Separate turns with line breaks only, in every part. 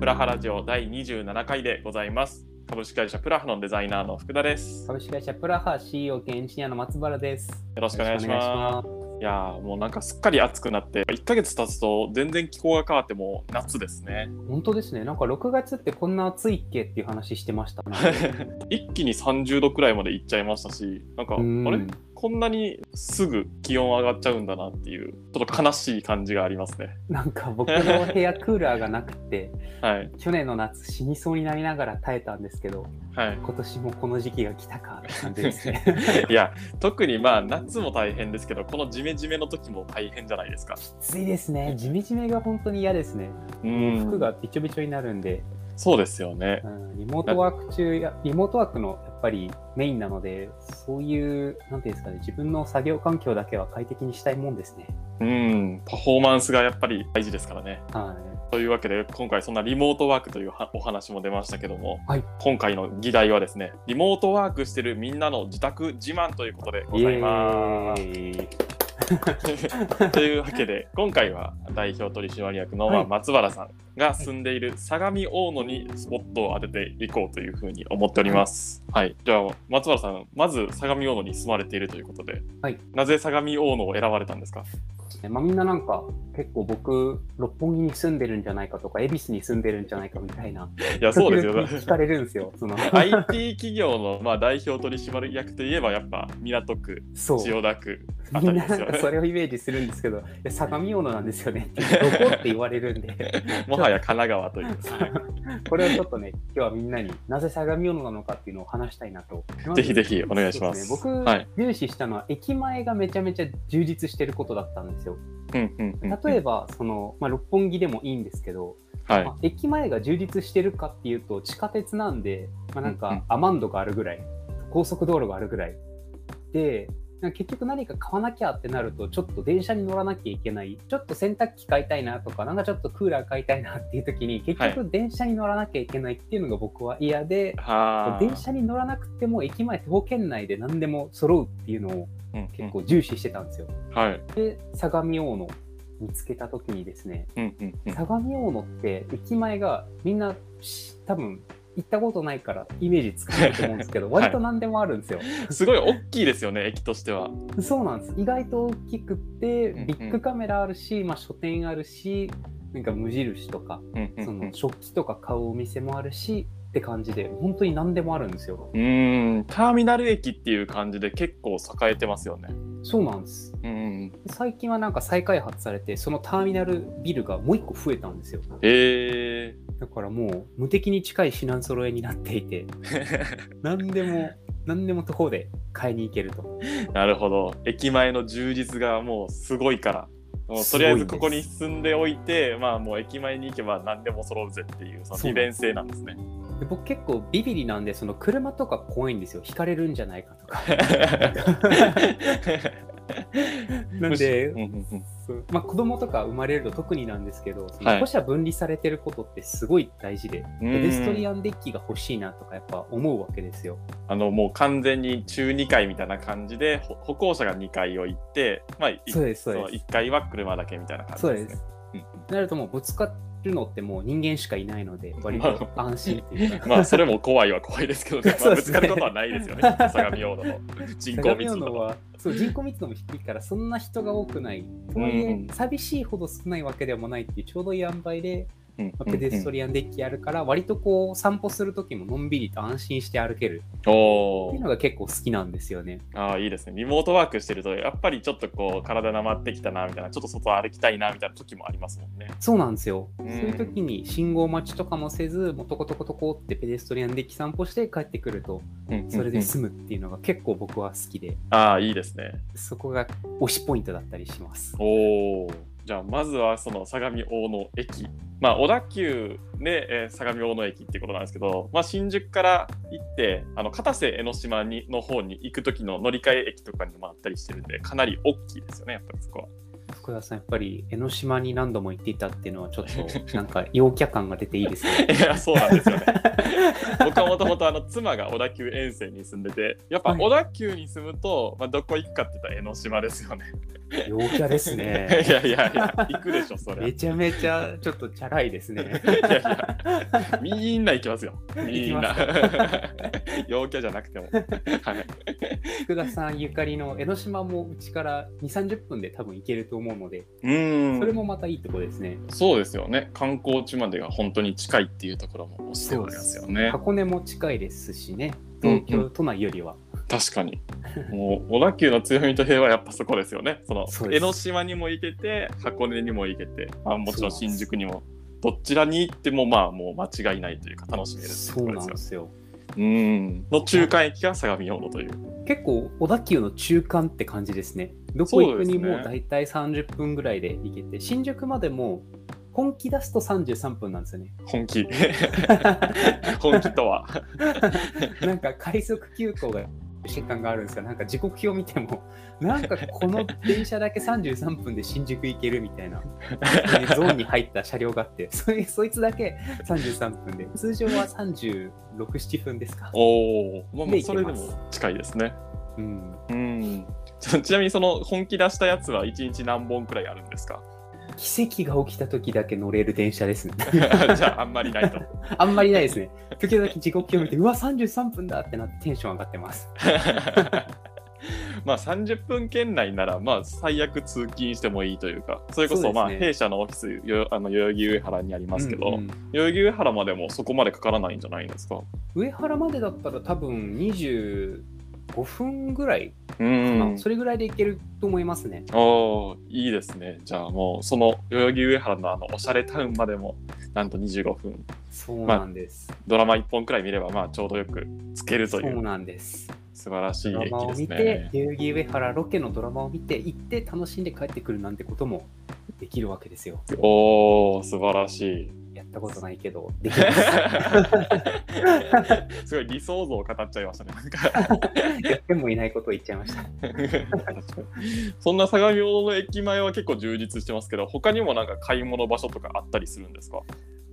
ラハラジオ第27回でございます。株式会社プラハのデザイナーの福田です。よ
株式会社プラハ CEO 兼エンジニアの松原です。よ
ろしくお願いします。
ろしくお願いしま
いやーもうなんかすっかり暑くなって1ヶ月経つと全然気候が変わってもう夏ですね。
す。本当ですね。なんか6月ってこんな暑いっけっていう話してましたね。
一気に30度くらいまで行っちゃいましたし、なんかあ
うん
れこんなにすぐ気温上がっちゃうんだなっていうちょっと悲しい感じがありますね。
なんか僕の部屋クーラーがなくて、
はい
去年の夏死にそうになりながら耐えたんですけど、
はい。
今年もこの時期が来たかって感じです ね。
いや特にまあ夏も大変ですけどこのジメジメの時も大変じゃないですか。
暑いですね。ジメジメが本当に嫌ですね。
うん
服がびちょびちょになるんで、
そうですよね
う。ん、リモートワーク中や、リモートワークのやっぱりメインなので、そういう、なんていうんですかね、自分の作業環境だけは快適にしたいもんですね。
うん、パフォーマンスがやっぱり大事ですからね。
はい。
というわけで、今回そんなリモートワークというはお話も出ましたけども、
はい
今回の議題はですね、リモートワークしてるみんなの自宅自慢ということでございます。
イエーイ
というわけで、今回は代表取締役のまあ
はい
松原さんが住んでいる相模大野にスポットを当てていこうというふうに思っております。はい。じゃあ、松原さん、まず相模大野に住まれているということで、
はい
なぜ相模大野を選ばれたんですか
まあ、みんななんか結構僕六本木に住んでるんじゃないかとか恵比寿に住んでるんじゃないかみたいない
や、そうです よ。
時々聞かれるんですよその
IT 企業のまあ代表取締役といえばやっぱ港区
そう
千代田区あ
み
た
ん
り
な
です
なん
よ
か
ね
それをイメージするんですけどいや相模大野なんですよねってどこって言われるんで
もはや神奈川という
これをちょっとね今日はみんなになぜ相模大野なのかっていうのを話したいなと
ぜひぜひお願いします
そうですね僕、
はい
重視したのは駅前がめちゃめちゃ充実してることだったんですよ
うんうんうん
例えばその、まあ、六本木でもいいんですけど
はい
まあ駅前が充実してるかっていうと地下鉄なんで、まあ、な
うん
ん
うん
かアマンドがあるぐらい、高速道路があるぐらいでなんか結局何か買わなきゃってなるとちょっと電車に乗らなきゃいけないちょっと洗濯機買いたいなとかなんかちょっとクーラー買いたいなっていう時に結
は
局電車に乗らなきゃいけないっていうのが僕は嫌で、
はあ
電車に乗らなくても駅前徒歩圏内で何でも揃うっていうのを結構重視してたんですよ。
うんうんはい
で相模大野見つけた時にですね
うんうんうん
相模大野って駅前がみんなし多分行ったことないからイメージつかないと思うんですけど、
はい
割と何でもあるんですよ。
すごい大きいですよね駅としては
そうなんです意外と大きくって
うんうん
ビッグカメラあるし、まあ、書店あるしなんか無印とか
うんうん
そ
うん
の食器とか買うお店もあるしって感じで本当に何でもあるんですよ。
うーんターミナル駅っていう感じで結構栄えてますよね
そうなんです
うんうん
最近はなんか再開発されてそのターミナルビルがもう一個増えたんですよ。
え
だからもう無敵に近い品揃えになって いて
ー
何でも何でも徒歩で買いに行けると
なるほど駅前の充実がもうすごいからもうと
すご
りあえ
いです
ずここに住んでおいてまあもう駅前に行けば何でも揃うぜっていうその
そう
利便性なんですね
で僕結構ビビリなんでその車とか怖いんですよ引かれるんじゃないか とかなん で
うんうんうん
そうまあ、子供とか生まれると特になんですけどそ
はい
の歩者分離されてることってすごい大事で、
うん
ペデストリアンデッキが欲しいなとかやっぱ思うわけですよ
あのもう完全に中2階みたいな感じでほ歩行者が2階を行って、まあ、い
そうですそう
その
です
1階は車だけみたいな感じ
そう
です
で
ね。
す
うん
なるともうぶつかるのってもう人間しかいないので割と安心っていうか
まあそれも怖いは怖いですけど、ねま
そ
あ、ぶ
うで
つ
すね
かることはないです よね相模大野の人口密度
相模大野
は。
はそう人口密度も低いからそんな人が多くないとはい
うん
え寂しいほど少ないわけでもないっていうちょうどいい塩梅で、
うん
まあペデストリアンデッキあるから割とこう散歩する時ものんびりと安心して歩ける
うん
っ
お
ていう
ー
のが結構好きなんですよね。
あーいいですねリモートワークしてるとやっぱりちょっとこう体なまってきたなみたいなちょっと外歩きたいなみたいな時もありますもんね。
そうなんですよ、
ん
そういう時に信号待ちとかもせずもうトコトコトコってペデストリアンデッキ散歩して帰ってくると
うんうんうん
それで済むっていうのが結構僕は好きで
ああいいですね。
そこが推しポイントだったりします。
おお。じゃあまずはその相模大野駅、まあ、小田急で、えー相模大野駅ってことなんですけど、まあ、新宿から行ってあの片瀬江ノ島にの方に行く時の乗り換え駅とかにもあったりしてるんでかなり大きいですよねやっぱりそこは。
そ福田さん、やっぱり江ノ島に何度も行っていたっていうのは、ちょっ となんか陽キャ感が出ていいですね。
いやそうなんですよ ね僕はもともとあの妻が小田急沿線に住んでてやっぱ
はい
小田急に住むと、まあ、どこ行くかって言ったら江ノ島ですよね。
陽キャですね。
いやいやいや行くでしょそれ。
め
い
ちゃめちゃちょっとチャラいですね。
やいやみんな行きますよ。みんな
行き。
陽キャじゃなくても。はい、
福田さんゆかりの江ノ島もうちから2、30分で多分行けると思うので、
うーん
それもまたいいとこですね。
そうですよね。観光地までが本当に近いっていうところもおすすめですよね。
箱根も近いですしね、
うん
東京都内よりは。
確かに。もう小田急の強みといえばやっぱそこですよね。その
そうです
江ノ島にも行けて、箱根にも行けて、まあ、もちろん
そうなんで
新
す
宿にも。どちらに行ってもまあもう間違いないというか楽しめるってい
そう
うと
な
こ
ん
ろ
で
ですよ。
すよ。
うん。の中間駅が相模大野という。
結構小田急の中間って感じですね。どこ行くに
そうです
も
ね
大体30分ぐらいで行けて、新宿までも本気出すと33分なんですよね。
本 気。本気とは。
なんか快速急行が瞬間があるんですが、なんか時刻表見ても、なんかこの電車だけ33分で新宿行けるみたいな、ねゾーンに入った車両があって、そいそいつだけ33分で、通常は36、7分ですか。
おお。まあま
で
あ
行
そ
け
れで
ます
も近いですね。
うん、
うん。 ちょちなみにその本気出したやつは1日何本くらいあるんです か
奇跡が起きた時だけ乗れる電車ですね。
じゃああんまりないと。
あんまりないですね。時々時刻表見て、うわ、33分だってなってテンション上がってます。
まあ30分圏内ならまあ最悪通勤してもいいというかそれこ
そ
そう
ですね
まあ弊社のオフィスよあの代々木上原にありますけど、
うんうん
代々木上原までもそこまでかからないんじゃないんですか
上原までだったら多分25分ぐらい、
う
まあ
ん
それぐらいで行けると思いますね。
おーいいですねじゃあもうその代々木上原のあのおしゃれタウンまでもなんと25分
そうなんです。
ドラマ1本くらい見ればまあちょうどよくつけると
そ
いうう
なんです。
素晴らしい
ドラ
駅
マを
です
見て
ね、。
代々木上原ロケのドラマを見て、行って楽しんで帰ってくるなんてこともできるわけですよ。
おお素晴らし い。
やったことないけど、でき ます。
すごい理想像を語っちゃいましたね。なんか
やってもいないことを言っちゃいました。
そんな相模大野駅前は結構充実してますけど他にもなんか買い物場所とかあったりするんですか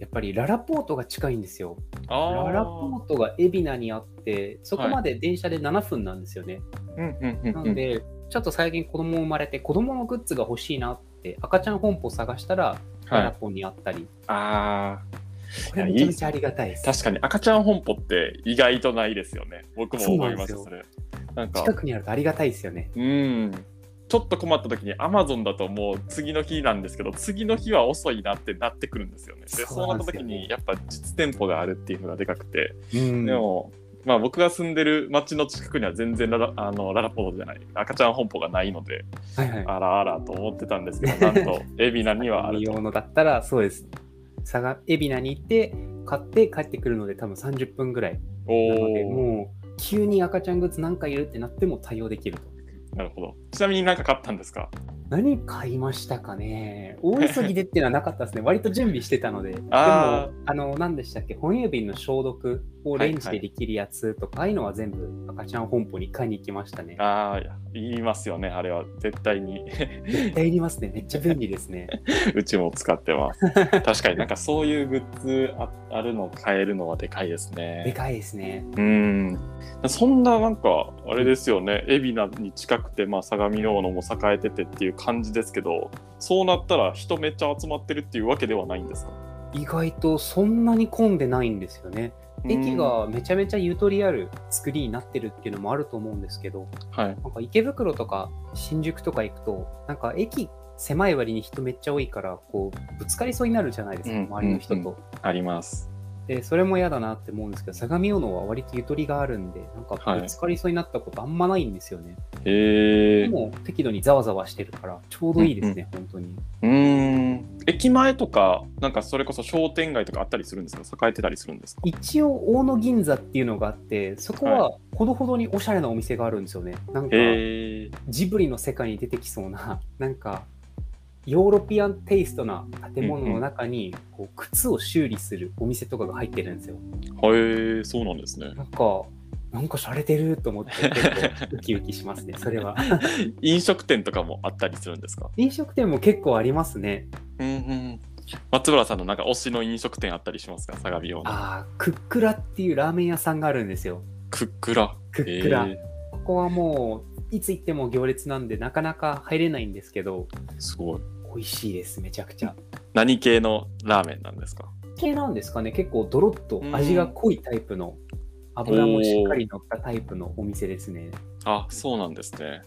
やっぱりララポートが近いんですよ。
あ
ララポートが海老名にあって、そこまで電車で7分なんですよね。
うんうんうんうん
なので、ちょっと最近子供生まれて、子供のグッズが欲しいなって、赤ちゃん本舗探したら、
は
ラ
い、
ラ
あ
ポにあったり、
あ
これめちゃめちゃありがたいです。
ー確かに赤ちゃん本舗って意外とないですよね僕も思います
そう
それなんか
近くにあるとありがたいですよね。
うんちょっと困った時に Amazon だともう次の日なんですけど次の日は遅いなってなってくるんですよねで
そう
そう
な
なんった
ですよ
時にやっぱ実店舗があるっていうのがでかくて
うん
でも、まあ、僕が住んでる町の近くには全然ララあのララポートじゃない赤ちゃん本舗がないので
はいはい。
あらあらと思ってたんですけどなんと海老名にはある
見
と
ようのだったら、そうです。佐賀海老名に行って、買って帰ってくるので、多分30分ぐらい。なので、
おお
もう、急に赤ちゃんグッズ何かいるってなっても対応できると。
なるほどちなみに何か買ったんですか
何買いましたかね大急ぎでっていうのはなかったですね。割と準備してたので。でも、
あ
あの、何でしたっけ本郵便の消毒をレンジでできるやつとか、ああいうのは全部赤ちゃん本舗に買いに行きましたね。
あー言いますよねあれは絶対に
絶対いりますね。めっちゃ便利です ね。
うちも使って ます確かになんかそういうグッズああるの買えるのはでかいです
で
ね
かいですね。
うんそんななんかあれですよね海老名に近くて、まあ、相模大野も栄えててっていう感じですけどそうなったら人めっちゃ集まってるっていうわけではないんですか
意外とそんなに混んでないんですよね。駅
うん
がめちゃめちゃゆとりある作りになってるっていうのもあると思うんですけど、
はい
なんか池袋とか新宿とか行くと、なんか駅狭い割に人めっちゃ多いから、こう、ぶつかりそうになるじゃないですか、
うん
周りの人と。
うんうあります
で、それも嫌だなって思うんですけど、相模大野は割とゆとりがあるんで、なんかぶつかりそうになったことあんまないんですよね。
へえ
でも適度にざわざわしてるから、ちょうどいいですね、本当に。
うーん駅前とかなんかそれこそ商店街とかあったりするんですか栄えてたりするんですか
一応大野銀座っていうのがあってそこはほどほどにおしゃれなお店があるんですよね、なんか
へえ
ジブリの世界に出てきそうな なんかヨーロピアンテイストな建物の中にこう靴を修理するお店とかが入ってるんですよ
へえそうなんですね
なんかなんか洒落てると思って結構ウキウキします ねそれは
飲食店とかもあったりするんですか
飲食店も結構ありますね
うんうん松村さんのなんか推しの飲食店あったりしますか相模用の
ああクックラっていうラーメン屋さんがあるんですよ
クックラ
クックラ
え
ここはもういつ行っても行列なんでなかなか入れないんですけど
ーすごい
美味しいですめちゃくちゃ
何系のラーメンなんですか
系なんですかね結構ドロッと味が濃いタイプの油もしっかり乗ったタイプのお店ですね
あそうなんですね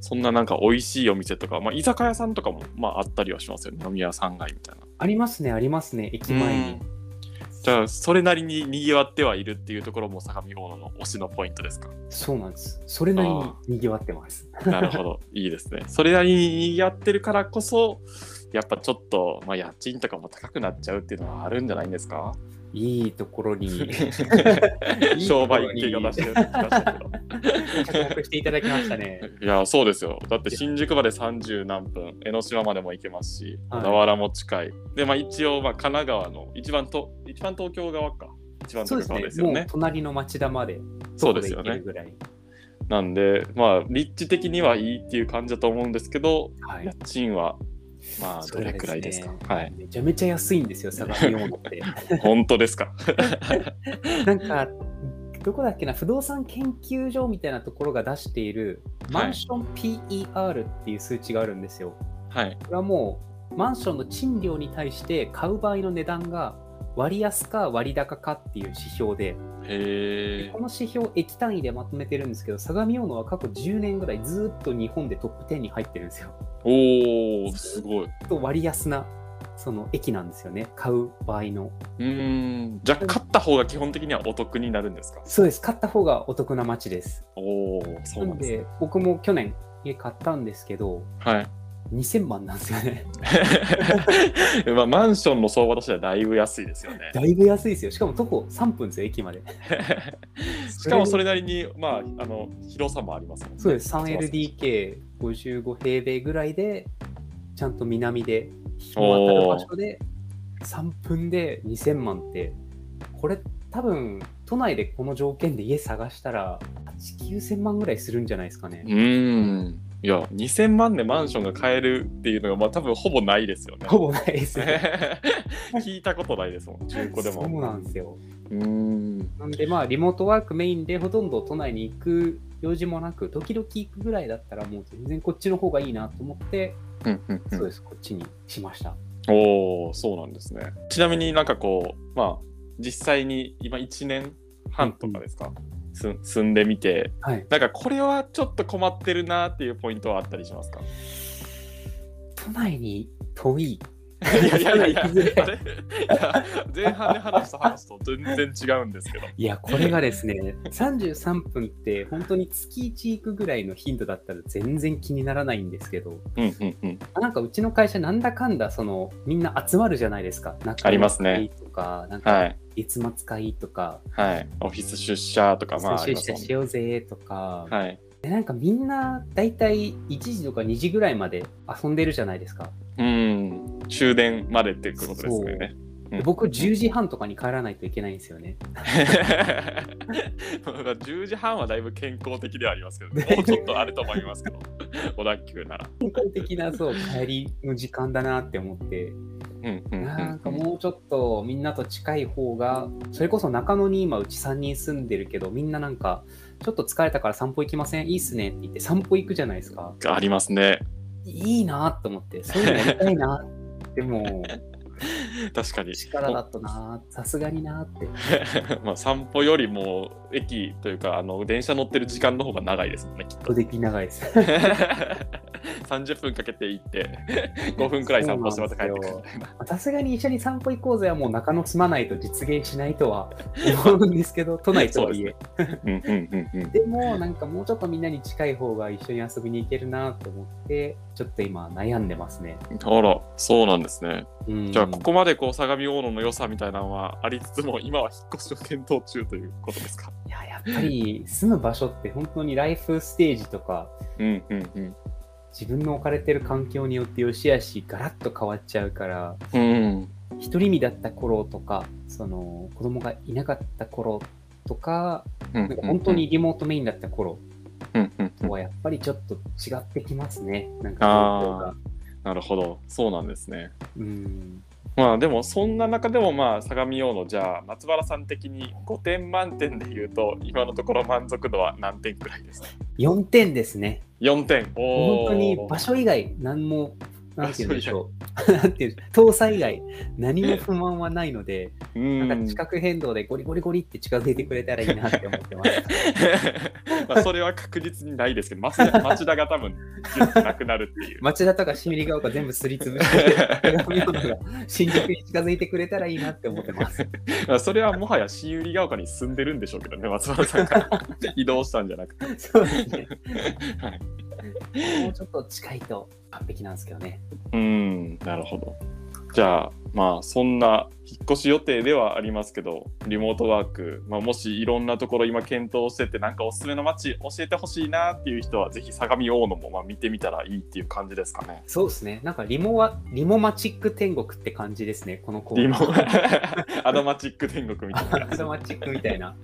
そんななんか美味しいお店とか、まあ、居酒屋さんとかも、まあ、あったりはしますよね飲み屋さん街みたいな
ありますねありますね駅前に
じゃあそれなりに賑わってはいるっていうところも相模大野の推しのポイントですか
そうなんですそれなりに賑わってます
なるほどいいですねそれなりに賑わってるからこそやっぱちょっと、まあ、家賃とかも高くなっちゃうっていうのはあるんじゃないんですか
いいとこ ろに
商売系が出してる気がしたけ ど
着目していただきましたね。
いやそうですよだって新宿まで30何分江ノ島までも行けますし
はい
小田原も近い、でまあ一応まあ神奈川の一番と一番東京側か一番
そうで
東
す
京側
ね。
ですよ
もう
ね
隣の町田まで
そうですよ
徒歩行け
ね
るぐらい。
なんでまあ立地的にはいいっていう感じだと思うんですけど
は
家
い。
賃はまあ
そ
ど
うで
れ
すね
くらいですかはい
めちゃめちゃ安いんですよ、相模大野って。
本当ですか
なんか、どこだっけな、不動産研究所みたいなところが出している、マンション PER っていう数値があるんですよ。
はい
これ はもう、マンションの賃料に対して買う場合の値段が割安か割高かっていう指標で、
へえ
この指標、液単位でまとめてるんですけど、相模大野は過去10年ぐらいずーっと日本でトップ10に入ってるんですよ。
おーすごい
ちょっと割安なその駅なんですよね、買う場合の。
うーんじゃあ買った方が基本的にはお得になるんですか
そうです、買った方がお得な街です。
おおそう
な
なんんです
で、僕も去年家買ったんですけど、
はい
2000万なんですよね。
まあ、マンションの相場としてはだいぶ安いですよね。
だいぶ安いですよ。しかも徒歩3分ですよ、駅まで。
しかもそれなりに、まあ、あの広さもありますもんね。
そうです、3LDK55 平米ぐらいで、ちゃんと南で、日の当たる場所で、3分で2000万って、これ多分、都内でこの条件で家探したら、8、9000万ぐらいするんじゃないですかね
う。ーん。いや、2000万でマンションが買えるっていうのが、まあ、多分ほぼないです よね。
ほぼないですね。
聞いたことないですもん、中古でも。
そうなんですよ。
うーん。
なんでまあリモートワークメインでほとんど都内に行く用事もなく、時々行くぐらいだったらもう全然こっちの方がいいなと思って、
うんうんう
そうんです、こっちにしました。
おお、そうなんですね。ちなみになんかこう、まあ、実際に今1年半とかですか、す住んでみて、
はい。
なんかこれはちょっと困ってるなっていうポイントはあったりし ますか
都内に遠い。
いやいやいやいや、あ
いや
れいや前半で話した話と全然違うんですけど。
いや、これがで すね、33分って本当に月1行くぐらいの頻度だったら全然気にならないんですけど、
うんうんうん。
なんかうちの会社なんだかんだそのみんな集まるじゃないですか。仲
ありますね
良いとか、なんか
はい。
月末会とか、
はい。オフィス出社とか、まあ、あり
出
ます
社
もん
し
ね。
ようぜとか、
はい。
でなんかみんな大体1時とか2時ぐらいまで遊んでるじゃないですか、
うん。終電までっていうことですよ ね。
で
うん
僕10時半とかに帰らないといけないんですよね
10時半はだいぶ健康的ではありますけ ど、もうちょっとあると思いますけど、小田急なら。
根本的なそう帰りの時間だなって思って
うんうん
なんかもうちょっとみんなと近い方がそれこそ中野に今うち3人住んでるけどみんななんかちょっと疲れたから散歩行きませんいいっすねって言って散歩行くじゃないですか
ありますね。
いいなと思ってそういうのやりたいなってもう
確かに。
力だとなさすがになって
まあ散歩よりも駅というかあの電車乗ってる時間の方が長いですもんねきっと。
でき長いです
30分かけて行 って5分くらい散歩してまた帰ってくるみたいな。
さすがに一緒に散歩行こうぜはもう中野住まないと実現しないとは思うんですけど都内とはいえ
うんうんうんうん
で,、もなんかもうちょっとみんなに近い方が一緒に遊びに行けるなと思ってちょっと今悩んでますね、
あらそうなんですね。
うん
じゃあここまでこう相模大野の良さみたいなのはありつつも今は引っ越しを検討中ということですか。
いややっぱり住む場所って本当にライフステージとか
うんうんうん。
自分の置かれてる環境によって良し悪しガラッと変わっちゃうから
うん
一人身だった頃とかその子供がいなかった頃とか
うん
なんか本当にリモートメインだった頃
うんうんうん
はやっぱりちょっと違ってきますね。なんか状況
あ
が。
ーなるほどそうなんですね
うん。
まあでもそんな中でもまあ相模大野じゃあ松原さん的に5点満点で言うと今のところ満足度は何点くらいですか
4点ですね。
4点お
本
ー
当に場所以外何も、なんて言うんでしょう。 なんていう搭載以外何も不満はないので、
うん
なんか地殻変動でゴリゴリゴリって近づいてくれたらいいなって思ってます。
まあそれは確実にないですけど町田町田が多分ギュッとなくなるっていう
町田とか新百合ヶ丘全部すりつぶして、相模大野が新宿に近づいてくれたらいいなって思ってます。
まあそれはもはや新百合ヶ丘に住んでるんでしょうけどね松原さん が移動したんじゃなくて、
そうですね。
はい、
もうちょっと近いと完璧なんですけどね。
うんなるほどじゃあまあそんな引っ越し予定ではありますけどリモートワーク、まあ、もしいろんなところ今検討しててなんかおすすめの街教えてほしいなっていう人はぜひ相模大野もまあ見てみたらいいっていう感じですかね。
そうですね。なんかリモは、リモマチック天国って感じですね、このコ
リ
ー
モ
ナ
アドマチック天国みたいな
ー。リモマチックみたいな。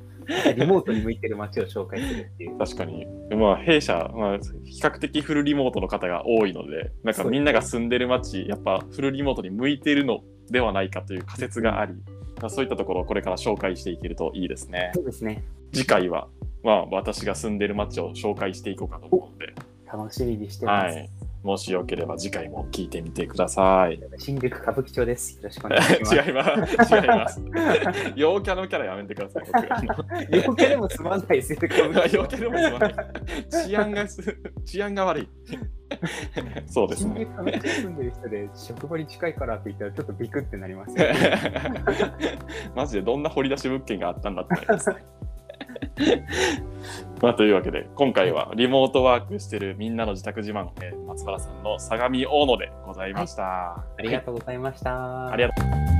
リモートに向いてる街を紹介するっていう。
確かに、まあ、弊社、まあ、比較的フルリモートの方が多いのでなんかみんなが住んでる街やっぱフルリモートに向いているのではないかという仮説があり、まあ、そういったところをこれから紹介していけるといいですね
そうですね。
次回は、まあ、私が住んでる街を紹介していこうかと思うので、
楽しみにしてま
は
す。
い、もしよければ次回も聞いてみてください
新宿歌舞伎町です。よろしくお願いします。
違います違います陽キャのキャラやめてください僕
横キャでも済まないです よ、歌 舞伎町
陽キャでもすまない治安がす治安が悪いそうです
新
ね
宿歌舞伎町住んでる人で、職場に近いからって言ったら、ちょっとビクってなりますよ ね。
マジでどんな掘り出し物件があったんだってなりますね。まあ、というわけで今回はリモートワークしてるみんなの自宅自慢、えー松原さんの相模大野でございました。
ありがとうございました。
ありがとう